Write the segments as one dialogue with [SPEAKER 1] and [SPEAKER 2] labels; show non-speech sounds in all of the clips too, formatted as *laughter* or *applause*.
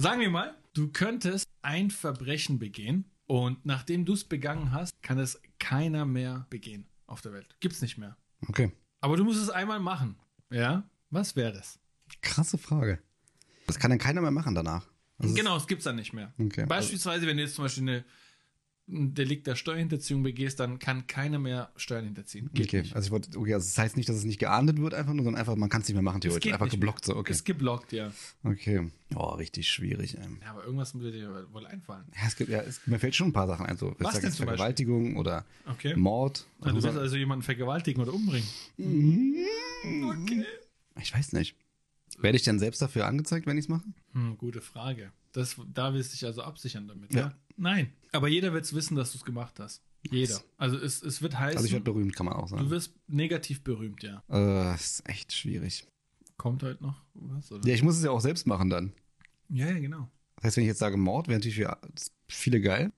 [SPEAKER 1] Sagen wir mal, du könntest ein Verbrechen begehen und nachdem du es begangen hast, kann es keiner mehr begehen auf der Welt. Gibt's nicht mehr.
[SPEAKER 2] Okay.
[SPEAKER 1] Aber du musst es einmal machen. Ja? Was wäre das?
[SPEAKER 2] Krasse Frage. Das kann dann keiner mehr machen danach. Also
[SPEAKER 1] genau, es gibt's dann nicht mehr.
[SPEAKER 2] Okay, also
[SPEAKER 1] Beispielsweise, wenn du jetzt zum Beispiel eine, ein Delikt der Steuerhinterziehung begehst, dann kann keiner mehr Steuern hinterziehen.
[SPEAKER 2] Es, okay. Also ich wollte, okay, also das heißt nicht, dass es nicht geahndet wird einfach nur, sondern einfach, man kann es nicht mehr machen,
[SPEAKER 1] Es
[SPEAKER 2] theoretisch.
[SPEAKER 1] geht
[SPEAKER 2] Einfach
[SPEAKER 1] nicht
[SPEAKER 2] geblockt
[SPEAKER 1] mehr.
[SPEAKER 2] so, okay.
[SPEAKER 1] Ist geblockt, ja.
[SPEAKER 2] Okay. Oh, richtig schwierig, ey.
[SPEAKER 1] ja. Aber irgendwas würde dir wohl einfallen.
[SPEAKER 2] Ja, es gibt, ja, es, mir fällt schon ein paar Sachen ein. So, ich
[SPEAKER 1] Was
[SPEAKER 2] sag
[SPEAKER 1] denn
[SPEAKER 2] jetzt
[SPEAKER 1] zum Beispiel?
[SPEAKER 2] Vergewaltigung oder
[SPEAKER 1] Okay.
[SPEAKER 2] Mord.
[SPEAKER 1] Ah, du willst also jemanden vergewaltigen oder umbringen. Okay.
[SPEAKER 2] ich weiß nicht. Werde ich denn selbst dafür angezeigt, wenn ich es mache?
[SPEAKER 1] Hm, gute Frage. Das, da willst du dich also absichern damit,
[SPEAKER 2] Ja.
[SPEAKER 1] ja? Nein. Aber jeder wird es wissen, dass du es gemacht hast. Jeder. Also es, es wird heißen,
[SPEAKER 2] Also ich werde berühmt, kann man auch
[SPEAKER 1] du
[SPEAKER 2] sagen.
[SPEAKER 1] wirst negativ berühmt, ja.
[SPEAKER 2] Äh, das ist echt schwierig.
[SPEAKER 1] Kommt heute noch was? Oder?
[SPEAKER 2] Ja, ich muss es ja auch selbst machen dann.
[SPEAKER 1] ja, ja, genau.
[SPEAKER 2] Das heißt, wenn ich jetzt sage Mord, wäre natürlich für viele geil.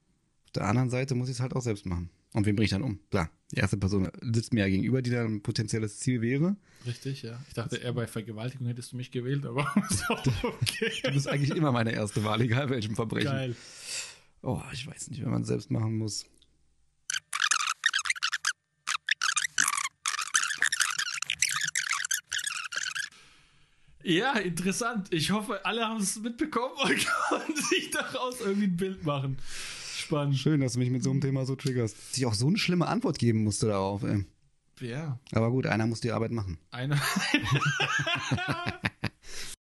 [SPEAKER 2] Auf der anderen Seite muss ich es halt auch selbst machen. Und wen bringe ich dann um? Klar, die erste Person sitzt mir ja gegenüber, die dann ein potenzielles Ziel wäre.
[SPEAKER 1] Richtig, ja. Ich dachte eher bei Vergewaltigung hättest du mich gewählt, aber *laughs* ist auch
[SPEAKER 2] Du
[SPEAKER 1] okay.
[SPEAKER 2] *laughs* bist eigentlich immer meine erste Wahl, egal welchem Verbrechen.
[SPEAKER 1] Geil.
[SPEAKER 2] Oh, ich weiß nicht, wenn man es selbst machen muss.
[SPEAKER 1] Ja, interessant. Ich hoffe, alle haben es mitbekommen *laughs* und können sich daraus irgendwie ein Bild machen. Spannend.
[SPEAKER 2] Schön, dass du mich mit so einem Thema so triggerst. Dass ich auch so eine schlimme Antwort geben musste darauf, ey.
[SPEAKER 1] Ja,
[SPEAKER 2] Aber gut, einer muss die Arbeit machen.
[SPEAKER 1] einer.